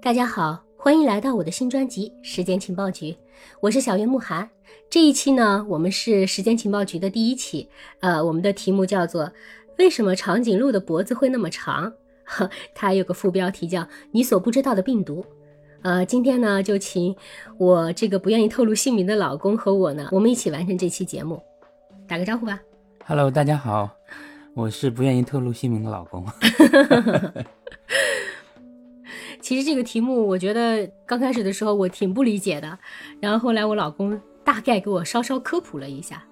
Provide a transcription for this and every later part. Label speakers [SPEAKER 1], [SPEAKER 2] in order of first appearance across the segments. [SPEAKER 1] 大家好，欢迎来到我的新专辑《时间情报局》，我是小月慕寒。这一期呢，我们是《时间情报局》的第一期，呃，我们的题目叫做“为什么长颈鹿的脖子会那么长”， 呵它有个副标题叫“你所不知道的病毒”。呃，今天呢，就请我这个不愿意透露姓名的老公和我呢，我们一起完成这期节目。打个招呼吧。
[SPEAKER 2] Hello，大家好，我是不愿意透露姓名的老公。
[SPEAKER 1] 其实这个题目，我觉得刚开始的时候我挺不理解的，然后后来我老公大概给我稍稍科普了一下。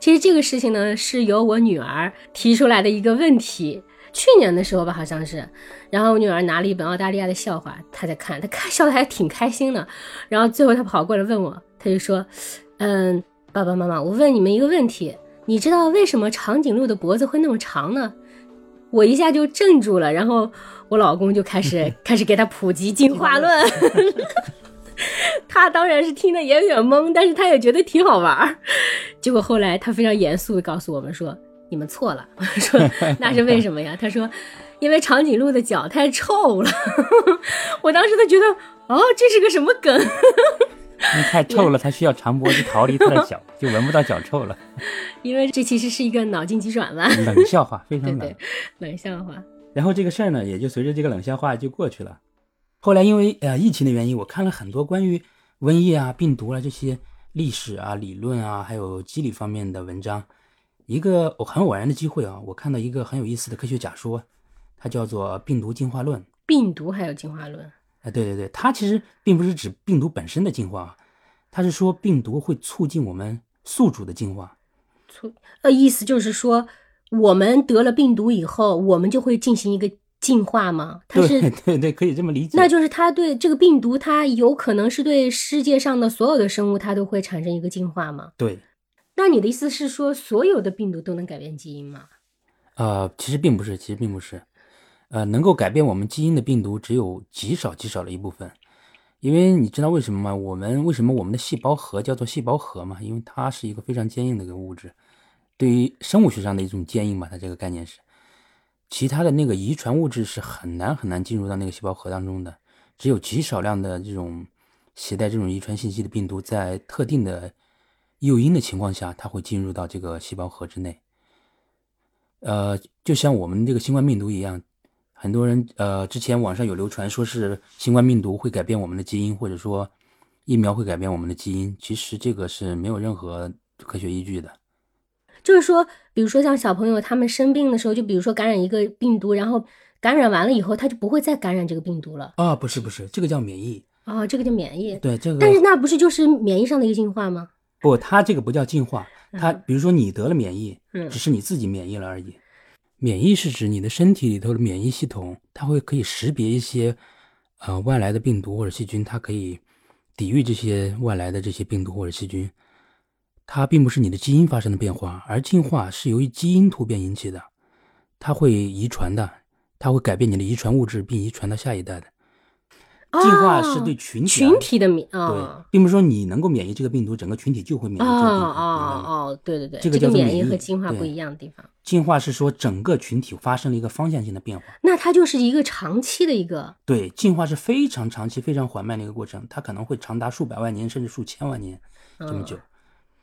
[SPEAKER 1] 其实这个事情呢，是由我女儿提出来的一个问题。去年的时候吧，好像是，然后我女儿拿了一本澳大利亚的笑话，她在看，她看笑的还挺开心的。然后最后她跑过来问我，她就说：“嗯，爸爸妈妈，我问你们一个问题，你知道为什么长颈鹿的脖子会那么长呢？”我一下就怔住了，然后我老公就开始开始给他普及进化论。他当然是听得也有点懵，但是他也觉得挺好玩儿。结果后来他非常严肃的告诉我们说：“你们错了。”我 说：“那是为什么呀？”他 说：“因为长颈鹿的脚太臭了。” 我当时都觉得，哦，这是个什么梗？
[SPEAKER 2] 因为太臭了，它需要长脖子逃离它的脚，就闻不到脚 臭了。
[SPEAKER 1] 因为这其实是一个脑筋急转弯，
[SPEAKER 2] 冷笑话，非常
[SPEAKER 1] 对
[SPEAKER 2] 冷。
[SPEAKER 1] 对，冷笑话。
[SPEAKER 2] 然后这个事儿呢，也就随着这个冷笑话就过去了。后来因为呃疫情的原因，我看了很多关于瘟疫啊、病毒啊这些历史啊、理论啊，还有机理方面的文章。一个我很偶然的机会啊，我看到一个很有意思的科学假说，它叫做病毒进化论。
[SPEAKER 1] 病毒还有进化论，
[SPEAKER 2] 啊，对对对，它其实并不是指病毒本身的进化啊，它是说病毒会促进我们宿主的进化。
[SPEAKER 1] 呃，意思就是说，我们得了病毒以后，我们就会进行一个进化吗？它
[SPEAKER 2] 对
[SPEAKER 1] 是，
[SPEAKER 2] 对对，可以这么理解。
[SPEAKER 1] 那就是它对这个病毒，它有可能是对世界上的所有的生物，它都会产生一个进化吗？
[SPEAKER 2] 对，
[SPEAKER 1] 那你的意思是说，所有的病毒都能改变基因吗？
[SPEAKER 2] 呃，其实并不是，其实并不是，呃，能够改变我们基因的病毒只有极少极少的一部分，因为你知道为什么吗？我们为什么我们的细胞核叫做细胞核嘛？因为它是一个非常坚硬的一个物质，对于生物学上的一种坚硬吧，它这个概念是，其他的那个遗传物质是很难很难进入到那个细胞核当中的，只有极少量的这种携带这种遗传信息的病毒，在特定的诱因的情况下，它会进入到这个细胞核之内。呃，就像我们这个新冠病毒一样，很多人呃，之前网上有流传说是新冠病毒会改变我们的基因，或者说疫苗会改变我们的基因，其实这个是没有任何科学依据的。
[SPEAKER 1] 就是说，比如说像小朋友他们生病的时候，就比如说感染一个病毒，然后感染完了以后，他就不会再感染这个病毒了
[SPEAKER 2] 啊、不是不是，这个叫免疫。
[SPEAKER 1] 啊、这个叫免疫。
[SPEAKER 2] 对，这个
[SPEAKER 1] 但是那不是就是免疫上的一个进化吗？
[SPEAKER 2] 不，它这个不叫进化，它比如说你得了免疫，
[SPEAKER 1] 嗯
[SPEAKER 2] 只是你自己免疫了而已。免疫是指你的身体里头的免疫系统，它会可以识别一些呃外来的病毒或者细菌，它可以抵御这些外来的这些病毒或者细菌。它并不是你的基因发生的变化，而进化是由于基因突变引起的，它会遗传的，它会改变你的遗传物质并遗传到下一代的。进化是对
[SPEAKER 1] 哦
[SPEAKER 2] 群体啊、
[SPEAKER 1] 群体的免啊。
[SPEAKER 2] 对，并不是说你能够免疫这个病毒，整个群体就会免疫这
[SPEAKER 1] 哦
[SPEAKER 2] 个病毒。明白吗
[SPEAKER 1] 哦哦，对对对，
[SPEAKER 2] 这个叫做
[SPEAKER 1] 免疫
[SPEAKER 2] 免疫
[SPEAKER 1] 和进化
[SPEAKER 2] 对
[SPEAKER 1] 不一样的地方。
[SPEAKER 2] 进化是说整个群体发生了一个方向性的变化。
[SPEAKER 1] 那它就是一个长期的一个，
[SPEAKER 2] 对，进化是非常长期、非常缓慢的一个过程，它可能会长达数百万年，甚至数千万年
[SPEAKER 1] 嗯
[SPEAKER 2] 这么久。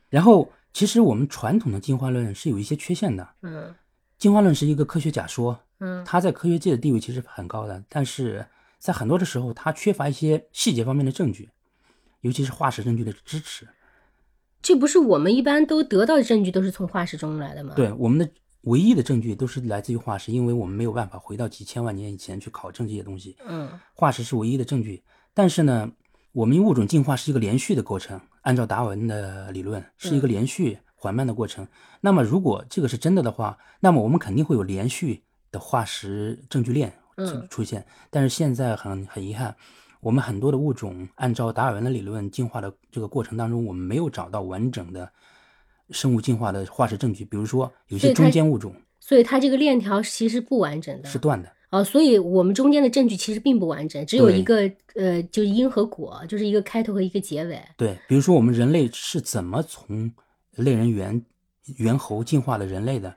[SPEAKER 2] 然后，其实我们传统的进化论是有一些缺陷的。
[SPEAKER 1] 嗯
[SPEAKER 2] 进化论是一个科学假说，
[SPEAKER 1] 嗯
[SPEAKER 2] 它在科学界的地位其实很高的，但是在很多的时候，它缺乏一些细节方面的证据，尤其是化石证据的支持。
[SPEAKER 1] 这不是我们一般都得到的证据都是从化石中来的吗？，
[SPEAKER 2] 对，我们的唯一的证据都是来自于化石，因为我们没有办法回到几千万年以前去考证这些东西。
[SPEAKER 1] 嗯
[SPEAKER 2] 化石是唯一的证据。但是呢，我们物种进化是一个连续的过程，按照达尔文的理论，是一个连续缓慢的过程。那么，如果这个是真的的话，那么我们肯定会有连续的化石证据链
[SPEAKER 1] 嗯
[SPEAKER 2] 出出现。但是现在很很遗憾，我们很多的物种按照达尔文的理论进化的这个过程当中，我们没有找到完整的生物进化的化石证据。比如说，有
[SPEAKER 1] 所以
[SPEAKER 2] 些
[SPEAKER 1] 它
[SPEAKER 2] 中间物种
[SPEAKER 1] 所以它这个链条其实不完整的。
[SPEAKER 2] 是断的。
[SPEAKER 1] 哦，所以我们中间的证据其实并不完整，只有
[SPEAKER 2] 对
[SPEAKER 1] 一个呃，就是因和果，就是一个开头和一个结尾。
[SPEAKER 2] 对，比如说我们人类是怎么从类人猿猿猴进化的人类的，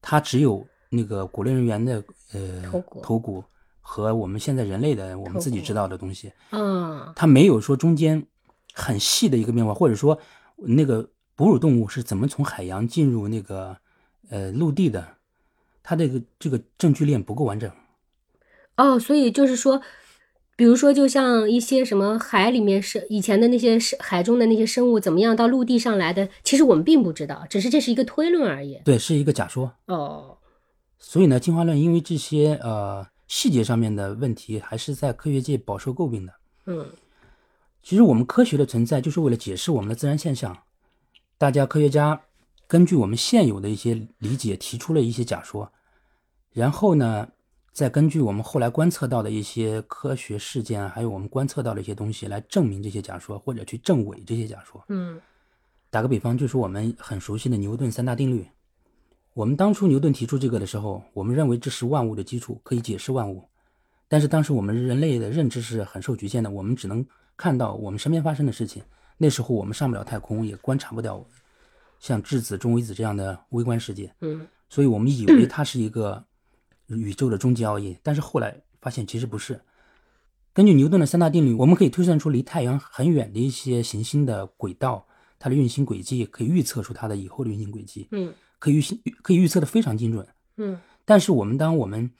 [SPEAKER 2] 它只有那个古类人猿的呃
[SPEAKER 1] 头骨
[SPEAKER 2] 头骨和我们现在人类的我
[SPEAKER 1] 透
[SPEAKER 2] 们自己
[SPEAKER 1] 过
[SPEAKER 2] 知道的东西，
[SPEAKER 1] 嗯
[SPEAKER 2] 它没有说中间很细的一个变化，或者说那个哺乳动物是怎么从海洋进入那个呃陆地的，它这个这个证据链不够完整。
[SPEAKER 1] 哦，所以就是说，比如说，就像一些什么海里面生以前的那些生海中的那些生物怎么样到陆地上来的，其实我们并不知道，只是这是一个推论而已。
[SPEAKER 2] 对，是一个假说。
[SPEAKER 1] 哦，
[SPEAKER 2] 所以呢，进化论因为这些呃细节上面的问题，还是在科学界饱受诟病的。
[SPEAKER 1] 嗯
[SPEAKER 2] 其实我们科学的存在就是为了解释我们的自然现象。大家科学家根据我们现有的一些理解，提出了一些假说，然后呢，再根据我们后来观测到的一些科学事件啊，还有我们观测到的一些东西，来证明这些假说，或者去证伪这些假说。
[SPEAKER 1] 嗯
[SPEAKER 2] 打个比方，就是我们很熟悉的牛顿三大定律。我们当初牛顿提出这个的时候，我们认为这是万物的基础，可以解释万物。但是当时我们人类的认知是很受局限的，我们只能看到我们身边发生的事情。那时候我们上不了太空，也观察不了像质子、中微子这样的微观世界，
[SPEAKER 1] 嗯
[SPEAKER 2] 所以我们以为它是一个宇宙的终极奥义。但是后来发现其实不是。根据牛顿的三大定律，我们可以推算出离太阳很远的一些行星的轨道，它的运行轨迹，可以预测出它的以后的运行轨迹，
[SPEAKER 1] 嗯
[SPEAKER 2] 可以预信可以预测的非常精准。
[SPEAKER 1] 嗯
[SPEAKER 2] 但是我们当我们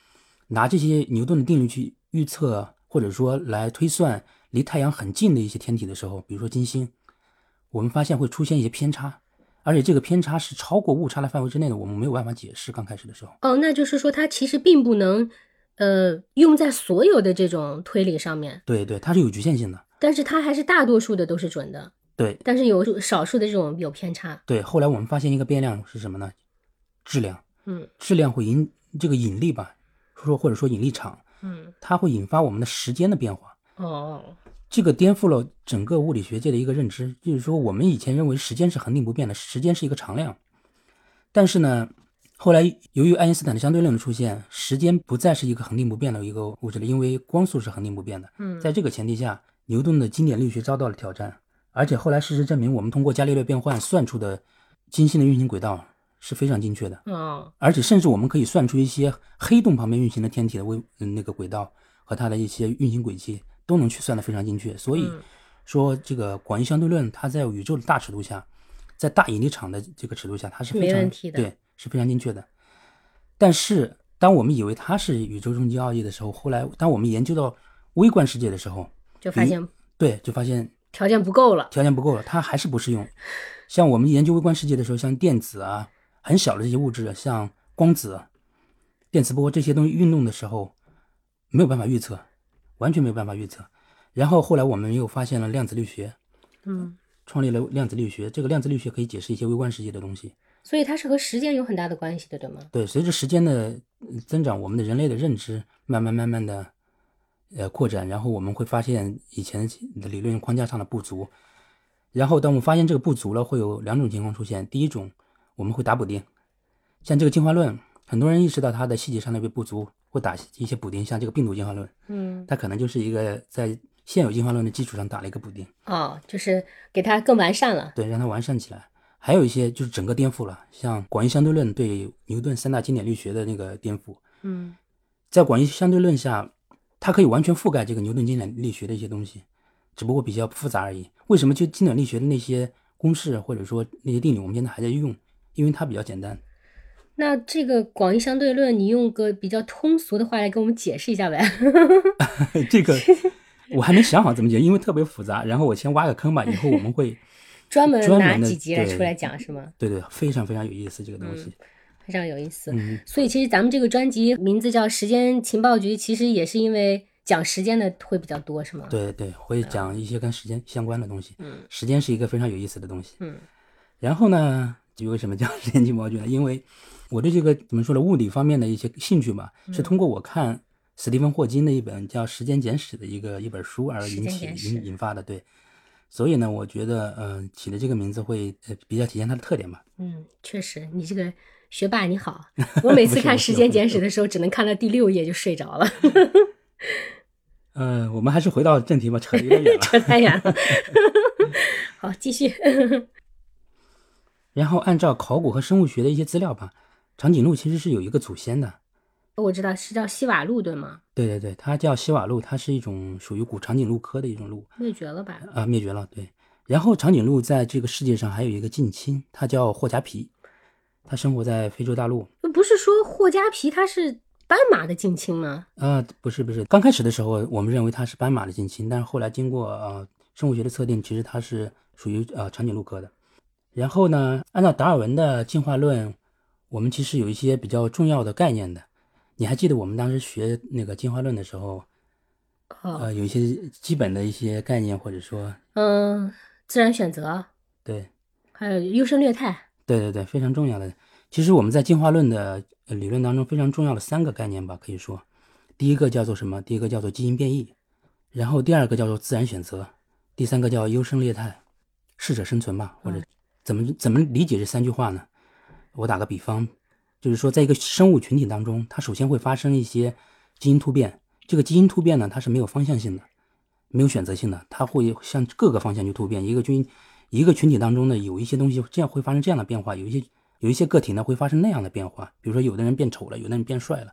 [SPEAKER 2] 拿这些牛顿的定律去预测，或者说来推算离太阳很近的一些天体的时候，比如说金星，我们发现会出现一些偏差，而且这个偏差是超过误差的范围之内的，我们没有办法解释。刚开始的时候，
[SPEAKER 1] 哦，那就是说它其实并不能呃用在所有的这种推理上面，
[SPEAKER 2] 对对，它是有局限性的。
[SPEAKER 1] 但是它还是大多数的都是准的，
[SPEAKER 2] 对
[SPEAKER 1] 但是有少数的这种有偏差。
[SPEAKER 2] 对，后来我们发现一个变量是什么呢？质量，
[SPEAKER 1] 嗯
[SPEAKER 2] 质量会引这个引力吧，说或者说引力场，
[SPEAKER 1] 嗯
[SPEAKER 2] 它会引发我们的时间的变化。
[SPEAKER 1] 哦
[SPEAKER 2] 这个颠覆了整个物理学界的一个认知，就是说我们以前认为时间是恒定不变的，时间是一个常量。但是呢，后来由于爱因斯坦的相对论的出现，时间不再是一个恒定不变的一个物质了，因为光速是恒定不变的。
[SPEAKER 1] 嗯
[SPEAKER 2] 在这个前提下，牛顿的经典力学遭到了挑战，而且后来事实证明，我们通过伽利略变换算出的金星的运行轨道是非常精确的。
[SPEAKER 1] 哦
[SPEAKER 2] 而且甚至我们可以算出一些黑洞旁边运行的天体的微嗯那个轨道和它的一些运行轨迹都能去算得非常精确。所以
[SPEAKER 1] 嗯
[SPEAKER 2] 说，这个广义相对论它在宇宙的大尺度下，在大引力场的这个尺度下，它是非
[SPEAKER 1] 没
[SPEAKER 2] 常
[SPEAKER 1] 问题的
[SPEAKER 2] 对，是非常精确的。但是当我们以为它是宇宙终极奥义的时候，后来当我们研究到微观世界的时候，
[SPEAKER 1] 就发现
[SPEAKER 2] 对，就发现
[SPEAKER 1] 条件不够了。
[SPEAKER 2] 条件不够了，它还是不适用。像我们研究微观世界的时候，像电子啊，很小的这些物质，像光子、电磁波这些东西运动的时候，没有办法预测，完全没有办法预测。然后后来我们又发现了量子力学，
[SPEAKER 1] 嗯。
[SPEAKER 2] 创立了量子力学。这个量子力学可以解释一些微观世界的东西。
[SPEAKER 1] 所以它是和时间有很大的关系的，对吗？
[SPEAKER 2] 对，随着时间的呃增长，我们的人类的认知慢慢慢慢的呃扩展，然后我们会发现以前的理论框架上的不足，然后当我们发现这个不足了，会有两种情况出现。第一种，我们会打补丁，像这个进化论，很多人意识到它的细节上的不足，会打一些补丁，像这个病毒进化论，
[SPEAKER 1] 嗯，
[SPEAKER 2] 它可能就是一个在现有进化论的基础上打了一个补丁。
[SPEAKER 1] 哦，就是给它更完善了。
[SPEAKER 2] 对，让它完善起来。还有一些就是整个颠覆了，像广义相对论对牛顿三大经典力学的那个颠覆。
[SPEAKER 1] 嗯
[SPEAKER 2] 在广义相对论下，它可以完全覆盖这个牛顿经典力学的一些东西，只不过比较复杂而已。为什么就经典力学的那些公式或者说那些定理，我们现在还在用？因为它比较简单。，
[SPEAKER 1] 那这个广义相对论，你用个比较通俗的话来给我们解释一下呗？
[SPEAKER 2] 这个我还没想好怎么解，因为特别复杂。然后我先挖个坑吧，以后我们会
[SPEAKER 1] 专门
[SPEAKER 2] 专门
[SPEAKER 1] 拿
[SPEAKER 2] 的
[SPEAKER 1] 几集来
[SPEAKER 2] 对
[SPEAKER 1] 出来讲是吗？
[SPEAKER 2] 对对，非常非常有意思这个东西。
[SPEAKER 1] 非常有意思。
[SPEAKER 2] 嗯，
[SPEAKER 1] 所以其实咱们这个专辑名字叫《时间情报局》，其实也是因为讲时间的会比较多，是吗？，
[SPEAKER 2] 对对，会讲一些跟时间相关的东西。
[SPEAKER 1] 嗯
[SPEAKER 2] 时间是一个非常有意思的东西。
[SPEAKER 1] 嗯
[SPEAKER 2] 然后呢，就为什么叫时间情报局呢？因为我对这个怎么说呢，物理方面的一些兴趣吧，
[SPEAKER 1] 嗯
[SPEAKER 2] 是通过我看史蒂芬霍金的一本叫《时间简史》的一个一本书而
[SPEAKER 1] 时
[SPEAKER 2] 引
[SPEAKER 1] 间
[SPEAKER 2] 起
[SPEAKER 1] 简史
[SPEAKER 2] 引引发的。对，所以呢，我觉得嗯、呃起的这个名字会呃比较体现它的特点吧。
[SPEAKER 1] 嗯，确实，你这个学霸你好，我每
[SPEAKER 2] 不
[SPEAKER 1] 次
[SPEAKER 2] 是
[SPEAKER 1] 看《
[SPEAKER 2] 不是
[SPEAKER 1] 时间简史》的时候，只能看到第六页就睡着了。
[SPEAKER 2] 呃，我们还是回到正题吧，扯得有点远了。
[SPEAKER 1] 扯太远了。 好，继续。
[SPEAKER 2] 然后按照考古和生物学的一些资料吧，长颈鹿其实是有一个祖先的，
[SPEAKER 1] 我知道是叫西瓦路对吗？
[SPEAKER 2] 对对对，它叫西瓦鹿，它是一种属于古长颈鹿科的一种鹿
[SPEAKER 1] 灭绝了吧？
[SPEAKER 2] 啊、灭绝了。对，然后长颈鹿在这个世界上还有一个近亲，它叫霍加皮，它生活在非洲大陆。
[SPEAKER 1] 不是说霍加皮它是斑马的近亲吗？
[SPEAKER 2] 啊，不是不是，刚开始的时候我们认为它是斑马的近亲，但是后来经过呃生物学的测定，其实它是属于呃长颈鹿科的。然后呢，按照达尔文的进化论，我们其实有一些比较重要的概念的。你还记得我们当时学那个进化论的时候，
[SPEAKER 1] 哦，
[SPEAKER 2] 呃，有一些基本的一些概念，或者说
[SPEAKER 1] 嗯，自然选择，
[SPEAKER 2] 对
[SPEAKER 1] 还有优胜劣汰，
[SPEAKER 2] 对对对，非常重要的。其实我们在进化论的呃理论当中非常重要的三个概念吧，可以说，第一个叫做什么？第一个叫做基因变异，然后第二个叫做自然选择，第三个叫优胜劣汰，适者生存吧，或者
[SPEAKER 1] 嗯
[SPEAKER 2] 怎么怎么理解这三句话呢？我打个比方，就是说，在一个生物群体当中，它首先会发生一些基因突变，这个基因突变呢，它是没有方向性的，没有选择性的，它会向各个方向去突变。一个群一个群体当中呢，有一些东西这样会发生这样的变化，有一些有一些个体呢会发生那样的变化。比如说，有的人变丑了，有的人变帅了，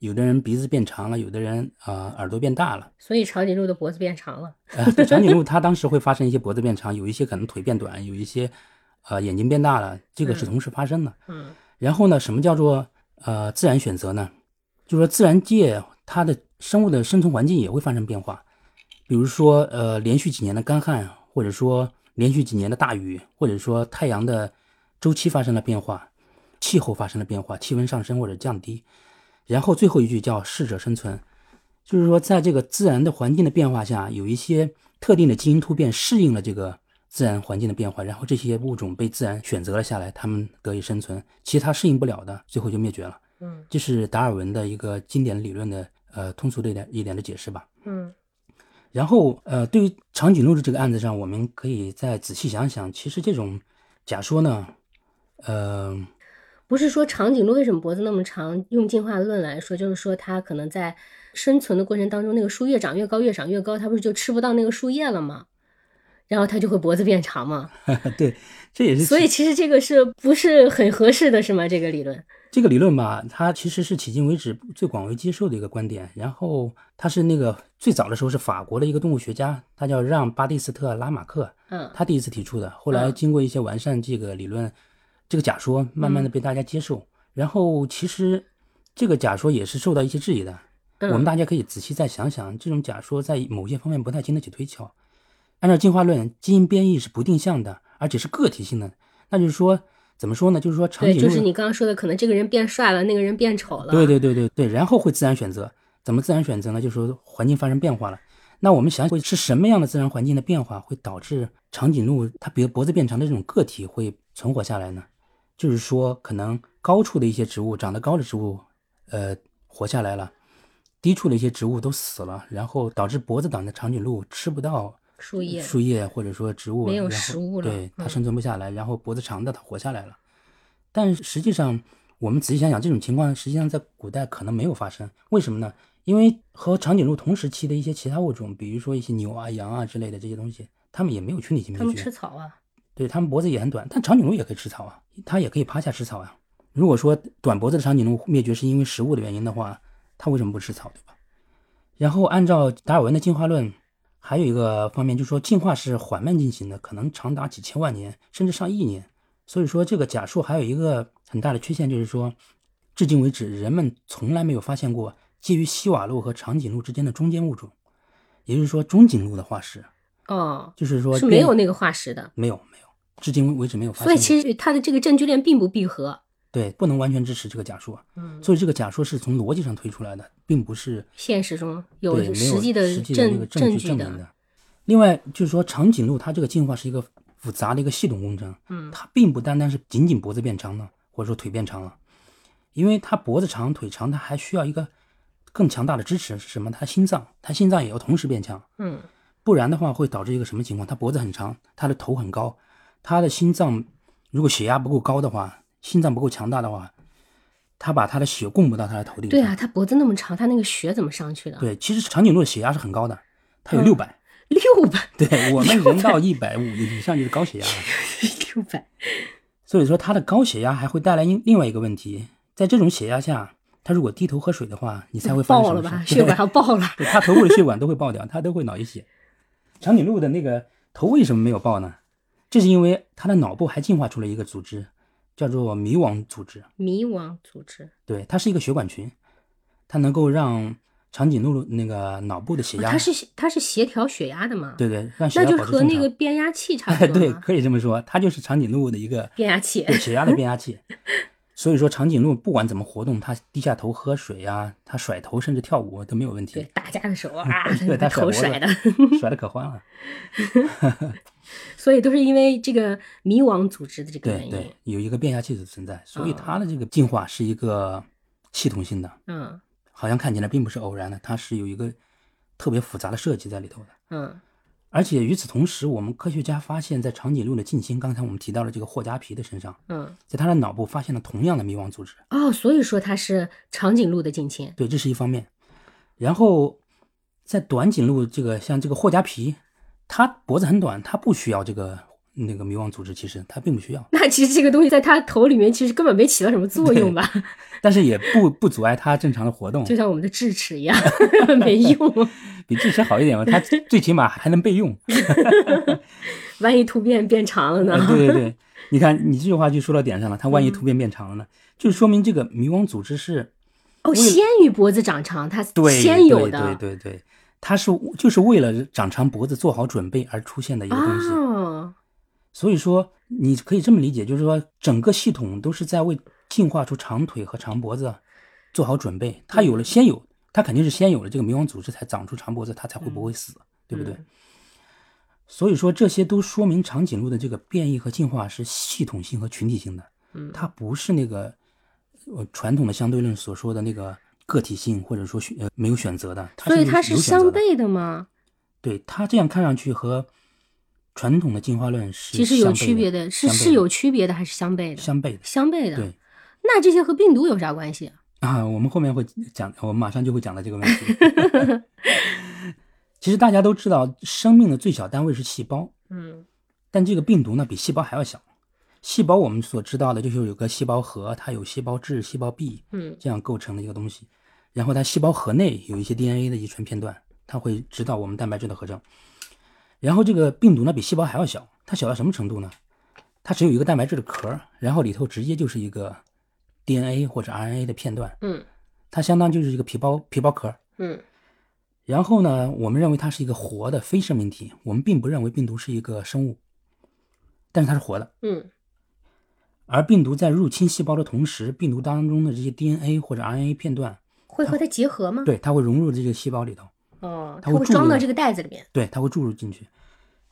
[SPEAKER 2] 有的人鼻子变长了，有的人啊、呃耳朵变大了。
[SPEAKER 1] 所以长颈鹿的脖子变长了。
[SPEAKER 2] 呃，对长颈鹿它当时会发生一些脖子变长，有一些可能腿变短，有一些呃眼睛变大了，这个是
[SPEAKER 1] 嗯
[SPEAKER 2] 同时发生的。
[SPEAKER 1] 嗯
[SPEAKER 2] 然后呢，什么叫做呃自然选择呢？就说自然界它的生物的生存环境也会发生变化，比如说呃连续几年的干旱，或者说连续几年的大雨，或者说太阳的周期发生了变化，气候发生了变化，气温上升或者降低。然后最后一句叫适者生存，就是说在这个自然的环境的变化下，有一些特定的基因突变适应了这个自然环境的变化，然后这些物种被自然选择了下来，它们得以生存。其他适应不了的，最后就灭绝了。
[SPEAKER 1] 嗯
[SPEAKER 2] 这是达尔文的一个经典理论的呃通俗的一点一点的解释吧。
[SPEAKER 1] 嗯
[SPEAKER 2] 然后呃，对于长颈鹿的这个案子上，我们可以再仔细想想，其实这种假说呢，呃，
[SPEAKER 1] 不是说长颈鹿为什么脖子那么长，用进化论来说，就是说它可能在生存的过程当中，那个树越长越高，越长越高，它不是就吃不到那个树叶了吗？然后它就会脖子变长嘛。
[SPEAKER 2] 对，这也是
[SPEAKER 1] 所以其实这个是不是很合适的，是吗？这个理论，
[SPEAKER 2] 这个理论吧，它其实是迄今为止最广为接受的一个观点。然后，它是那个最早的时候是法国的一个动物学家，他叫让巴蒂斯特拉马克，
[SPEAKER 1] 嗯
[SPEAKER 2] 他第一次提出的。后来
[SPEAKER 1] 嗯
[SPEAKER 2] 经过一些完善，这个理论，这个假说
[SPEAKER 1] 嗯
[SPEAKER 2] 慢慢的被大家接受。然后，其实这个假说也是受到一些质疑的。
[SPEAKER 1] 嗯，
[SPEAKER 2] 我们大家可以仔细再想想，这种假说在某些方面不太经得起推敲。按照进化论，基因变异是不定向的，而且是个体性的。那就是说，怎么说呢？就是说长
[SPEAKER 1] 对，
[SPEAKER 2] 颈鹿
[SPEAKER 1] 就是你刚刚说的，可能这个人变帅了，那个人变丑了，
[SPEAKER 2] 对对对对对，然后会自然选择。怎么自然选择呢？就是说环境发生变化了。那我们想想，是什么样的自然环境的变化会导致长颈鹿它比如脖子变长的这种个体会存活下来呢？就是说，可能高处的一些植物，长得高的植物，呃，活下来了；低处的一些植物都死了，然后导致脖子党的长颈鹿吃不到
[SPEAKER 1] 树叶，
[SPEAKER 2] 树叶或者说植物
[SPEAKER 1] 没有
[SPEAKER 2] 然后
[SPEAKER 1] 食物了
[SPEAKER 2] 对它
[SPEAKER 1] 嗯
[SPEAKER 2] 生存不下来，然后脖子长的它活下来了。但实际上，我们仔细想想，这种情况实际上在古代可能没有发生，为什么呢？因为和长颈鹿同时期的一些其他物种，比如说一些牛啊、羊啊之类的这些东西，它们也没有群体性
[SPEAKER 1] 他们
[SPEAKER 2] 灭
[SPEAKER 1] 吃
[SPEAKER 2] 绝，
[SPEAKER 1] 草啊，
[SPEAKER 2] 对，它们脖子也很短，但长颈鹿也可以吃草啊，它也可以趴下吃草啊。如果说短脖子的长颈鹿灭绝是因为食物的原因的话，它为什么不吃草，对吧？然后按照达尔文的进化论，还有一个方面就是说，进化是缓慢进行的，可能长达几千万年，甚至上亿年。所以说，这个假说还有一个很大的缺陷，就是说，至今为止，人们从来没有发现过介于西瓦鹿和长颈鹿之间的中间物种，也就是说，中颈鹿的化石，
[SPEAKER 1] 哦，
[SPEAKER 2] 就是说
[SPEAKER 1] 是没有
[SPEAKER 2] 变
[SPEAKER 1] 那个化石的，
[SPEAKER 2] 没有没有，至今为止没有发
[SPEAKER 1] 所
[SPEAKER 2] 现过。
[SPEAKER 1] 以其实它的这个证据链并不闭合，
[SPEAKER 2] 对，不能完全支持这个假说，
[SPEAKER 1] 嗯，
[SPEAKER 2] 所以这个假说是从逻辑上推出来的，并不是
[SPEAKER 1] 现实中
[SPEAKER 2] 对
[SPEAKER 1] 有
[SPEAKER 2] 没有
[SPEAKER 1] 实际
[SPEAKER 2] 实际的那个
[SPEAKER 1] 证
[SPEAKER 2] 证
[SPEAKER 1] 据
[SPEAKER 2] 证明。的。另外就是说，长颈鹿它这个进化是一个复杂的一个系统工程，
[SPEAKER 1] 嗯
[SPEAKER 2] 它并不单单是仅仅脖子变长了，或者说腿变长了，因为它脖子长、腿长，它还需要一个更强大的支持是什么？它心脏，它心脏也要同时变强，
[SPEAKER 1] 嗯，
[SPEAKER 2] 不然的话会导致一个什么情况？它脖子很长，它的头很高，它的心脏如果血压不够高的话，心脏不够强大的话，它把它的血供不到它的头顶上。
[SPEAKER 1] 对啊，它脖子那么长，它那个血怎么上去的？
[SPEAKER 2] 对，其实长颈鹿的血压是很高的，它有
[SPEAKER 1] 嗯
[SPEAKER 2] 六百、
[SPEAKER 1] 六百，
[SPEAKER 2] 对我们人到一百五以上就是高血 压了。
[SPEAKER 1] 六百，
[SPEAKER 2] 所以说，它的高血压还会带来另另外一个问题，在这种血压下，它如果低头喝水的话，你猜会发生
[SPEAKER 1] 爆
[SPEAKER 2] 什
[SPEAKER 1] 了
[SPEAKER 2] 么事
[SPEAKER 1] 吧？
[SPEAKER 2] 儿？
[SPEAKER 1] 血管
[SPEAKER 2] 对
[SPEAKER 1] 要爆了。
[SPEAKER 2] 对，它头部的血管都会爆掉，它都会脑溢血。长颈鹿的那个头为什么没有爆呢？这是因为它的脑部还进化出了一个组织，叫做迷惘组织。
[SPEAKER 1] 迷惘组织，
[SPEAKER 2] 对，它是一个血管群，它能够让长颈鹿那个脑部的血
[SPEAKER 1] 哦
[SPEAKER 2] 压，
[SPEAKER 1] 它是它是协调血压的嘛？，
[SPEAKER 2] 对对，让血
[SPEAKER 1] 那
[SPEAKER 2] 压
[SPEAKER 1] 就是
[SPEAKER 2] 保持
[SPEAKER 1] 和
[SPEAKER 2] 正
[SPEAKER 1] 那
[SPEAKER 2] 常
[SPEAKER 1] 个变压器 差不多
[SPEAKER 2] 对，
[SPEAKER 1] 嘛
[SPEAKER 2] 可以这么说，它就是长颈鹿的一 个
[SPEAKER 1] 变压器。
[SPEAKER 2] 对血压的变压器。所以说，长颈鹿不管怎么活动，它低下头喝水呀、它甩头甚至跳舞都没有问
[SPEAKER 1] 对
[SPEAKER 2] 题，，，
[SPEAKER 1] 打架的时候啊
[SPEAKER 2] 对，
[SPEAKER 1] 把
[SPEAKER 2] 它
[SPEAKER 1] 头
[SPEAKER 2] 甩
[SPEAKER 1] 甩
[SPEAKER 2] 脖
[SPEAKER 1] 的，
[SPEAKER 2] 子甩的可欢了。
[SPEAKER 1] 所以都是因为这个迷惘组织的这个
[SPEAKER 2] 对
[SPEAKER 1] 原因
[SPEAKER 2] 对。，有一个变压器的存在，所以
[SPEAKER 1] 嗯
[SPEAKER 2] 它的这个进化是一个系统性的，
[SPEAKER 1] 嗯
[SPEAKER 2] 好像看起来并不是偶然的，它是有一个特别复杂的设计在里头的。
[SPEAKER 1] 嗯
[SPEAKER 2] 而且与此同时，我们科学家发现，在长颈鹿的近亲，刚才我们提到了这个霍加皮的身上，
[SPEAKER 1] 嗯。
[SPEAKER 2] 在它的脑部发现了同样的迷惘组织。
[SPEAKER 1] 哦，所以说它是长颈鹿的近亲。
[SPEAKER 2] 对，这是一方面。然后，在短颈鹿这个，像这个霍加皮，它脖子很短，它不需要这个那个迷惘组织，其实它并不需要，
[SPEAKER 1] 那其实这个东西在它头里面其实根本没起到什么作用吧，
[SPEAKER 2] 但是也不不阻碍它正常的活动
[SPEAKER 1] 就，像我们的智齿一样没用，
[SPEAKER 2] 比这些好一点 吧。它最起码还能备用。
[SPEAKER 1] 万一突变变长了
[SPEAKER 2] 呃
[SPEAKER 1] 呢？
[SPEAKER 2] 对对对，你看你这句话就说到点上了。它万一
[SPEAKER 1] 嗯
[SPEAKER 2] 突变变长了呢，就说明这个迷惘组织是
[SPEAKER 1] 哦，先于脖子长长，它
[SPEAKER 2] 对
[SPEAKER 1] 先有的。
[SPEAKER 2] 对对对对，它是就是为了长长脖子做好准备而出现的一
[SPEAKER 1] 啊
[SPEAKER 2] 个东西。
[SPEAKER 1] 哦，
[SPEAKER 2] 所以说，你可以这么理解，就是说整个系统都是在为进化出长腿和长脖子做好准备。它
[SPEAKER 1] 嗯
[SPEAKER 2] 有了先有，它肯定是先有了这个迷惘组织，才长出长脖子，它才会不会死，对不对？
[SPEAKER 1] 嗯
[SPEAKER 2] 所以说，这些都说明长颈鹿的这个变异和进化是系统性和群体性的，
[SPEAKER 1] 嗯
[SPEAKER 2] 它不是那个呃传统的相对论所说的那个个体性，或者说选呃没有选择的。它
[SPEAKER 1] 所以
[SPEAKER 2] 有
[SPEAKER 1] 它是
[SPEAKER 2] 有选择
[SPEAKER 1] 相
[SPEAKER 2] 的
[SPEAKER 1] 悖的吗？
[SPEAKER 2] 对它这样看上去和传统的进化论是
[SPEAKER 1] 其实有
[SPEAKER 2] 相悖
[SPEAKER 1] 区别的，是
[SPEAKER 2] 相悖
[SPEAKER 1] 是
[SPEAKER 2] 的
[SPEAKER 1] 有区别的还是相悖的？
[SPEAKER 2] 相悖的。
[SPEAKER 1] 相悖的。
[SPEAKER 2] 对
[SPEAKER 1] 那这些和病毒有啥关系？
[SPEAKER 2] 啊，我们后面会讲，我们马上就会讲到这个 问题。其实大家都知道，生命的最小单位是细胞，
[SPEAKER 1] 嗯
[SPEAKER 2] 但这个病毒呢比细胞还要小。细胞我们所知道的就是有个细胞核，它有细胞质、细胞壁
[SPEAKER 1] 嗯
[SPEAKER 2] 这样构成的一个东西，然后它细胞核内有一些 DNA 的遗传片段，它会指导我们蛋白质的合成。然后这个病毒呢比细胞还要小，它小到什么程度呢？它只有一个蛋白质的壳，然后里头直接就是一个 DNA 或者 RNA 的片段。
[SPEAKER 1] 嗯
[SPEAKER 2] 它相当就是一个皮包皮包壳。
[SPEAKER 1] 嗯
[SPEAKER 2] 然后呢，我们认为它是一个活的非生命体，我们并不认为病毒是一个生物，但是它是活的。
[SPEAKER 1] 嗯
[SPEAKER 2] 而病毒在入侵细胞的同时，病毒当中的这些 DNA 或者 RNA 片段，
[SPEAKER 1] 会和它结合吗？
[SPEAKER 2] 对，它会融入这个细胞里头，
[SPEAKER 1] 哦，
[SPEAKER 2] 它
[SPEAKER 1] 它
[SPEAKER 2] 会
[SPEAKER 1] 会
[SPEAKER 2] 注
[SPEAKER 1] 装
[SPEAKER 2] 入
[SPEAKER 1] 到
[SPEAKER 2] 的
[SPEAKER 1] 这个袋子里面。
[SPEAKER 2] 对，它会注入进去。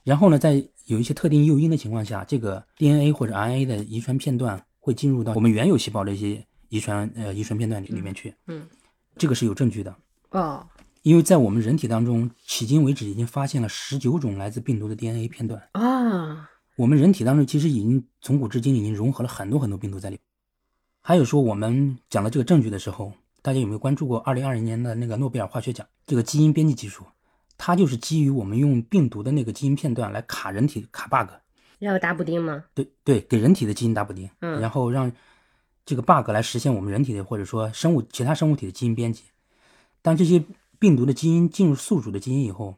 [SPEAKER 2] 然后呢，在有一些特定诱因的情况下，这个 DNA 或者 RNA 的遗传片段会进入到我们原有细胞的一些遗传呃遗传片段里里面去，
[SPEAKER 1] 嗯，
[SPEAKER 2] 这个是有证据的。
[SPEAKER 1] 哦，
[SPEAKER 2] 因为在我们人体当中，迄今为止已经发现了十九种来自病毒的 DNA 片段。
[SPEAKER 1] 啊，
[SPEAKER 2] 我们人体当中其实已经从古至今已经融合了很多很多病毒在里面。还有说，我们讲到这个证据的时候，大家有没有关注过二零二零年的那个诺贝尔化学奖？这个基因编辑技术，它就是基于我们用病毒的那个基因片段来卡人体卡 bug，
[SPEAKER 1] 要打补丁吗？
[SPEAKER 2] 对对，给人体的基因打补丁，
[SPEAKER 1] 嗯
[SPEAKER 2] 然后让这个 bug 来实现我们人体的或者说生物其他生物体的基因编辑。当这些病毒的基因进入宿主的基因以后，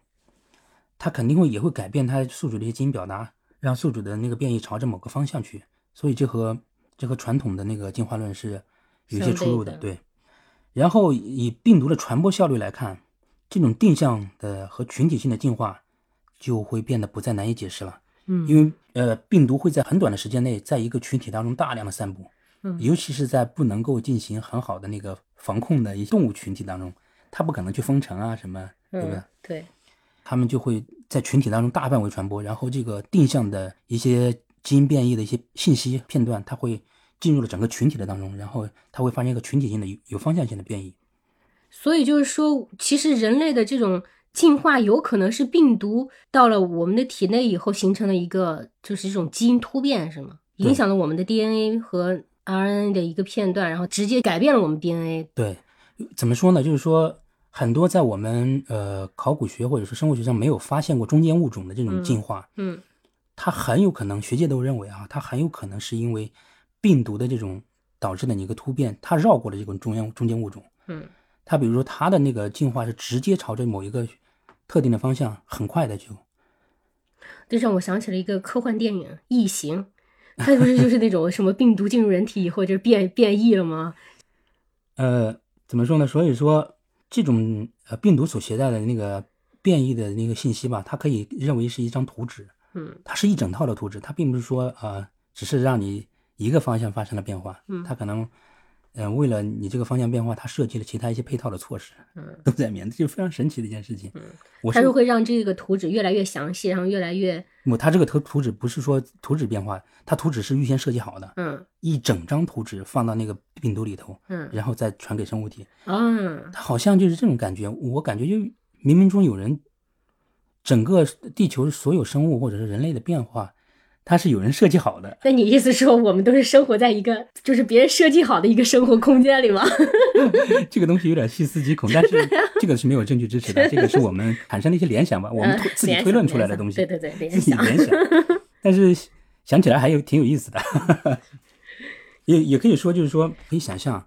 [SPEAKER 2] 它肯定会也会改变它宿主的一些基因表达，让宿主的那个变异朝着某个方向去。所以这和这和传统的那个进化论是有一些
[SPEAKER 1] 相
[SPEAKER 2] 出
[SPEAKER 1] 悖
[SPEAKER 2] 入
[SPEAKER 1] 的
[SPEAKER 2] 对。然后以病毒的传播效率来看，这种定向的和群体性的进化就会变得不再难以解释了。
[SPEAKER 1] 嗯
[SPEAKER 2] 因为呃，病毒会在很短的时间内，在一个群体当中大量的散布，
[SPEAKER 1] 嗯
[SPEAKER 2] 尤其是在不能够进行很好的那个防控的一些动物群体当中，它不可能去封城啊什么，对不对？
[SPEAKER 1] 嗯，对，
[SPEAKER 2] 它们就会在群体当中大范围传播，然后这个定向的一些基因变异的一些信息片段，它会进入了整个群体的当中，然后它会发生一个群体性的有有方向性的变异。
[SPEAKER 1] 所以就是说，其实人类的这种进化有可能是病毒到了我们的体内以后形成的一个，就是这种基因突变，是吗？
[SPEAKER 2] 对
[SPEAKER 1] 影响了我们的 DNA 和 RNA 的一个片段，然后直接改变了我们 DNA。
[SPEAKER 2] 对，怎么说呢？就是说，很多在我们呃考古学或者说生物学上没有发现过中间物种的这种
[SPEAKER 1] 嗯
[SPEAKER 2] 进化。
[SPEAKER 1] 嗯
[SPEAKER 2] 它很有可能，学界都认为啊，它很有可能是因为病毒的这种导致的一个突变，它绕过了这个中央中间物种。
[SPEAKER 1] 嗯
[SPEAKER 2] 它比如说它的那个进化是直接朝着某一个特定的方向，很快的就
[SPEAKER 1] 这让我想起了一个科幻电影《异形》，它不是就是那种什么病毒进入人体以后就变变异了吗？
[SPEAKER 2] 呃怎么说呢？所以说这种呃病毒所携带的那个变异的那个信息吧，它可以认为是一张图纸，
[SPEAKER 1] 嗯
[SPEAKER 2] 它是一整套的图纸，它并不是说呃只是让你一个方向发生了变化，
[SPEAKER 1] 嗯
[SPEAKER 2] 它可能。嗯、为了你这个方向变化，它设计了其他一些配套的措施，
[SPEAKER 1] 嗯，
[SPEAKER 2] 都在里面，这就非常神奇的一件事情。
[SPEAKER 1] 嗯
[SPEAKER 2] 我
[SPEAKER 1] 它
[SPEAKER 2] 是
[SPEAKER 1] 就会让这个图纸越来越详细，然后越来越
[SPEAKER 2] 我它这个图图纸不是说图纸变化，它图纸是预先设计好的，
[SPEAKER 1] 嗯
[SPEAKER 2] 一整张图纸放到那个病毒里头，
[SPEAKER 1] 嗯
[SPEAKER 2] 然后再传给生物体。
[SPEAKER 1] 啊
[SPEAKER 2] 它好像就是这种感觉，我感觉就冥冥中有人，整个地球所有生物或者是人类的变化，它是有人设计好的。
[SPEAKER 1] 那你意思说我们都是生活在一个就是别人设计好的一个生活空间里吗？
[SPEAKER 2] 这个东西有点细思极恐，但是
[SPEAKER 1] 啊
[SPEAKER 2] 这个是没有证据支持的，这个是我们产生的一些联想吧，我们
[SPEAKER 1] 嗯
[SPEAKER 2] 推自己
[SPEAKER 1] 联
[SPEAKER 2] 推
[SPEAKER 1] 想
[SPEAKER 2] 论出来
[SPEAKER 1] 联
[SPEAKER 2] 的
[SPEAKER 1] 想
[SPEAKER 2] 东西。
[SPEAKER 1] 对对对，联
[SPEAKER 2] 自己
[SPEAKER 1] 想。
[SPEAKER 2] 联想，但是想起来还有挺有意思的， 也也可以说就是说，可以想象，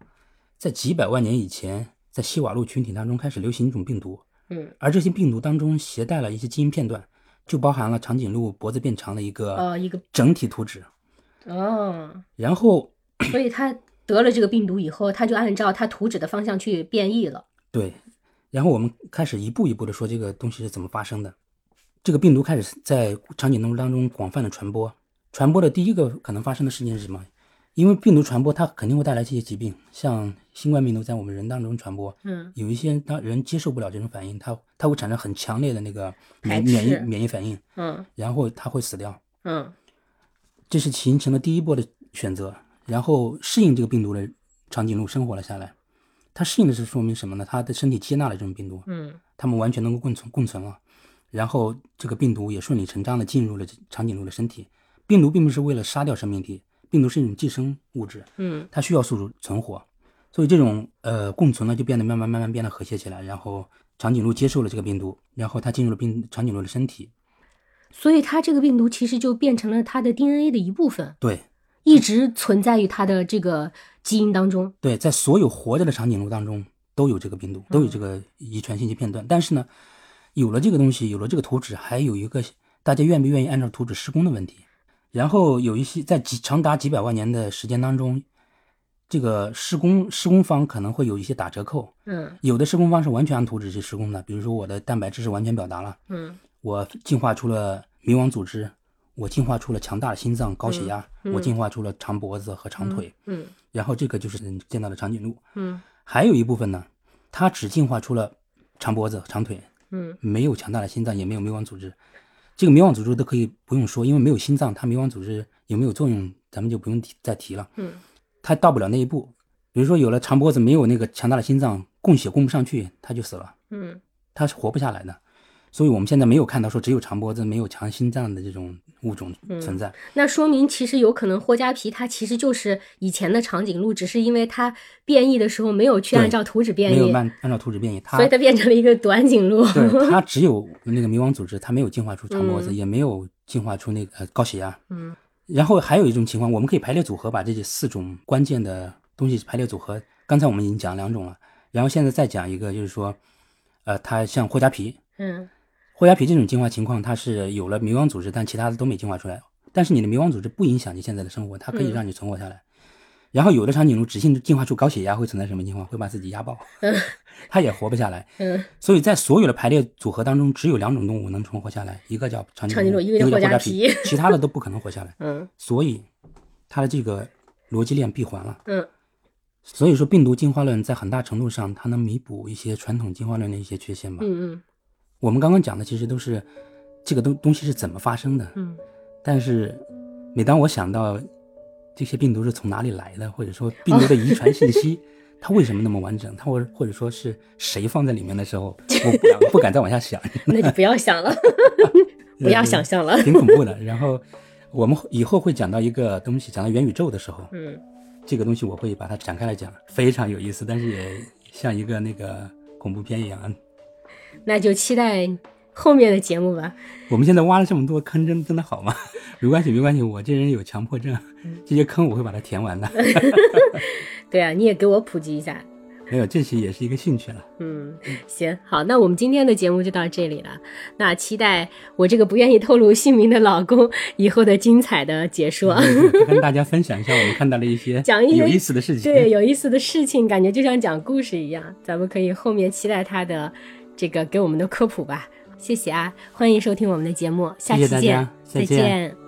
[SPEAKER 2] 在几百万年以前，在西瓦路群体当中开始流行一种病毒，
[SPEAKER 1] 嗯，
[SPEAKER 2] 而这些病毒当中携带了一些基因片段，就包含了长颈鹿脖子变长的一个
[SPEAKER 1] 哦，一个
[SPEAKER 2] 整体图纸，
[SPEAKER 1] 哦，
[SPEAKER 2] 然后
[SPEAKER 1] 所以他得了这个病毒以后，他就按照他图纸的方向去变异了。
[SPEAKER 2] 对，然后我们开始一步一步的说这个东西是怎么发生的。这个病毒开始在长颈鹿当中广泛的传播，传播的第一个可能发生的事情是什么？因为病毒传播，它肯定会带来这些疾病，像新冠病毒在我们人当中传播，
[SPEAKER 1] 嗯
[SPEAKER 2] 有一些人当人接受不了这种反应，它它会产生很强烈的那个
[SPEAKER 1] 排
[SPEAKER 2] 免
[SPEAKER 1] 斥
[SPEAKER 2] 免疫免疫反应，
[SPEAKER 1] 嗯
[SPEAKER 2] 然后它会死掉。
[SPEAKER 1] 嗯
[SPEAKER 2] 这是形成了第一波的选择，然后适应这个病毒的长颈鹿生活了下来。它适应的是说明什么呢？它的身体接纳了这种病毒，
[SPEAKER 1] 嗯
[SPEAKER 2] 它们完全能够共存共存了。然后这个病毒也顺理成章地进入了这长颈鹿的身体。病毒并不是为了杀掉生命体，病毒是一种寄生物质，
[SPEAKER 1] 嗯
[SPEAKER 2] 它需要宿主存活，所以这种呃共存呢就变得慢慢慢慢变得和谐起来。然后长颈鹿接受了这个病毒，然后它进入了病长颈鹿的身体。
[SPEAKER 1] 所以它这个病毒其实就变成了它的 DNA 的一部分，
[SPEAKER 2] 对
[SPEAKER 1] 一直存在于它的这个基因当中。
[SPEAKER 2] 对，在所有活着的长颈鹿当中都有这个病毒，
[SPEAKER 1] 嗯
[SPEAKER 2] 都有这个遗传信息片段。但是呢，有了这个东西，有了这个图纸，还有一个大家愿不愿意按照图纸施工的问题。然后有一些在几长达几百万年的时间当中，这个施工施工方可能会有一些打折扣，
[SPEAKER 1] 嗯
[SPEAKER 2] 有的施工方是完全按图纸去施工的，比如说我的蛋白质是完全表达了，
[SPEAKER 1] 嗯
[SPEAKER 2] 我进化出了迷惘组织，我进化出了强大的心脏、高血压，
[SPEAKER 1] 嗯嗯
[SPEAKER 2] 我进化出了长脖子和长腿，
[SPEAKER 1] 嗯
[SPEAKER 2] 然后这个就是你见到的长颈鹿。
[SPEAKER 1] 嗯
[SPEAKER 2] 还有一部分呢，它只进化出了长脖子、长腿，
[SPEAKER 1] 嗯
[SPEAKER 2] 没有强大的心脏，也没有迷惘组织。这个迷惘组织都可以不用说，因为没有心脏，它迷惘组织有没有作用，咱们就不用提再提了。
[SPEAKER 1] 嗯
[SPEAKER 2] 它到不了那一步。比如说，有了长脖子，没有那个强大的心脏，供血供不上去，它就死了，
[SPEAKER 1] 嗯
[SPEAKER 2] 它是活不下来的。所以我们现在没有看到说只有长脖子没有强心脏的这种物种存在。
[SPEAKER 1] 那说明其实有可能霍加皮它其实就是以前的长颈鹿，只是因为它变异的时候没有去
[SPEAKER 2] 对
[SPEAKER 1] 按照图纸变
[SPEAKER 2] 没有
[SPEAKER 1] 异，
[SPEAKER 2] 按按照图纸变异，它
[SPEAKER 1] 所以它变成了一个短颈 鹿。
[SPEAKER 2] 对它只有那个迷惘组织，它没有进化出长脖子，
[SPEAKER 1] 嗯
[SPEAKER 2] 也没有进化出那个、呃高血压。
[SPEAKER 1] 嗯
[SPEAKER 2] 然后还有一种情况，我们可以排列组合，把这四种关键的东西排列组合。刚才我们已经讲两种了，然后现在再讲一个，就是说，呃，它像霍加皮，
[SPEAKER 1] 嗯
[SPEAKER 2] 霍加皮这种进化情况，它是有了迷惘组织，但其他的都没进化出来。但是你的迷惘组织不影响你现在的生活，它可以
[SPEAKER 1] 嗯
[SPEAKER 2] 让你存活下来。然后有的长颈鹿只进进化出高血压，会存在什么情况？会把自己 压爆，它也活不下来。
[SPEAKER 1] 嗯，
[SPEAKER 2] 所以在所有的排列组合当中，只有两种动物能存活下来，一个叫长
[SPEAKER 1] 长颈鹿
[SPEAKER 2] 鹿，
[SPEAKER 1] 一
[SPEAKER 2] 一
[SPEAKER 1] 个
[SPEAKER 2] 个
[SPEAKER 1] 叫霍
[SPEAKER 2] 叫霍
[SPEAKER 1] 加
[SPEAKER 2] 加
[SPEAKER 1] 皮
[SPEAKER 2] 皮，其他的都不可能活下来。
[SPEAKER 1] 嗯
[SPEAKER 2] 所以它的这个逻辑链闭环了。
[SPEAKER 1] 嗯
[SPEAKER 2] 所以说，病毒进化论在很大程度上，它能弥补一些传统进化论的一些缺陷吧。
[SPEAKER 1] 嗯
[SPEAKER 2] 我们刚刚讲的其实都是这个东东西是怎么发生的，
[SPEAKER 1] 嗯
[SPEAKER 2] 但是每当我想到这些病毒是从哪里来的，或者说病毒的遗传 信息。它为什么那么完整？它或或者说是谁放在里面的时候，我不敢不敢再往下想。
[SPEAKER 1] 嗯，那就不要想 了，不要想象了。
[SPEAKER 2] 呃挺恐怖的。然后我们以后会讲到一个东西，讲到元宇宙的时候，
[SPEAKER 1] 嗯
[SPEAKER 2] 这个东西我会把它展开来讲，非常有意思，但是也像一个那个恐怖片一样。，
[SPEAKER 1] 那就期待后面的节目吧。
[SPEAKER 2] 我们现在挖了这么多坑，真真的好吗？没关系，没关系，我这人有强迫症，
[SPEAKER 1] 嗯
[SPEAKER 2] 这些坑我会把它填完的。
[SPEAKER 1] 对啊，你也给我普及一下。
[SPEAKER 2] 没有，这期也是一个兴趣了。
[SPEAKER 1] 嗯，行，好，那我们今天的节目就到这里了。那期待我这个不愿意透露姓名的老公以后的精彩的解说，
[SPEAKER 2] 就跟大家分享一下我们看到了一些
[SPEAKER 1] 讲一些
[SPEAKER 2] 有意思的事情。
[SPEAKER 1] 对有意思的事情，感觉就像讲故事一样。咱们可以后面期待他的这个给我们的科普吧。谢谢啊，欢迎收听我们的节目，下期
[SPEAKER 2] 谢谢大
[SPEAKER 1] 见
[SPEAKER 2] 家，再
[SPEAKER 1] 再
[SPEAKER 2] 见
[SPEAKER 1] 见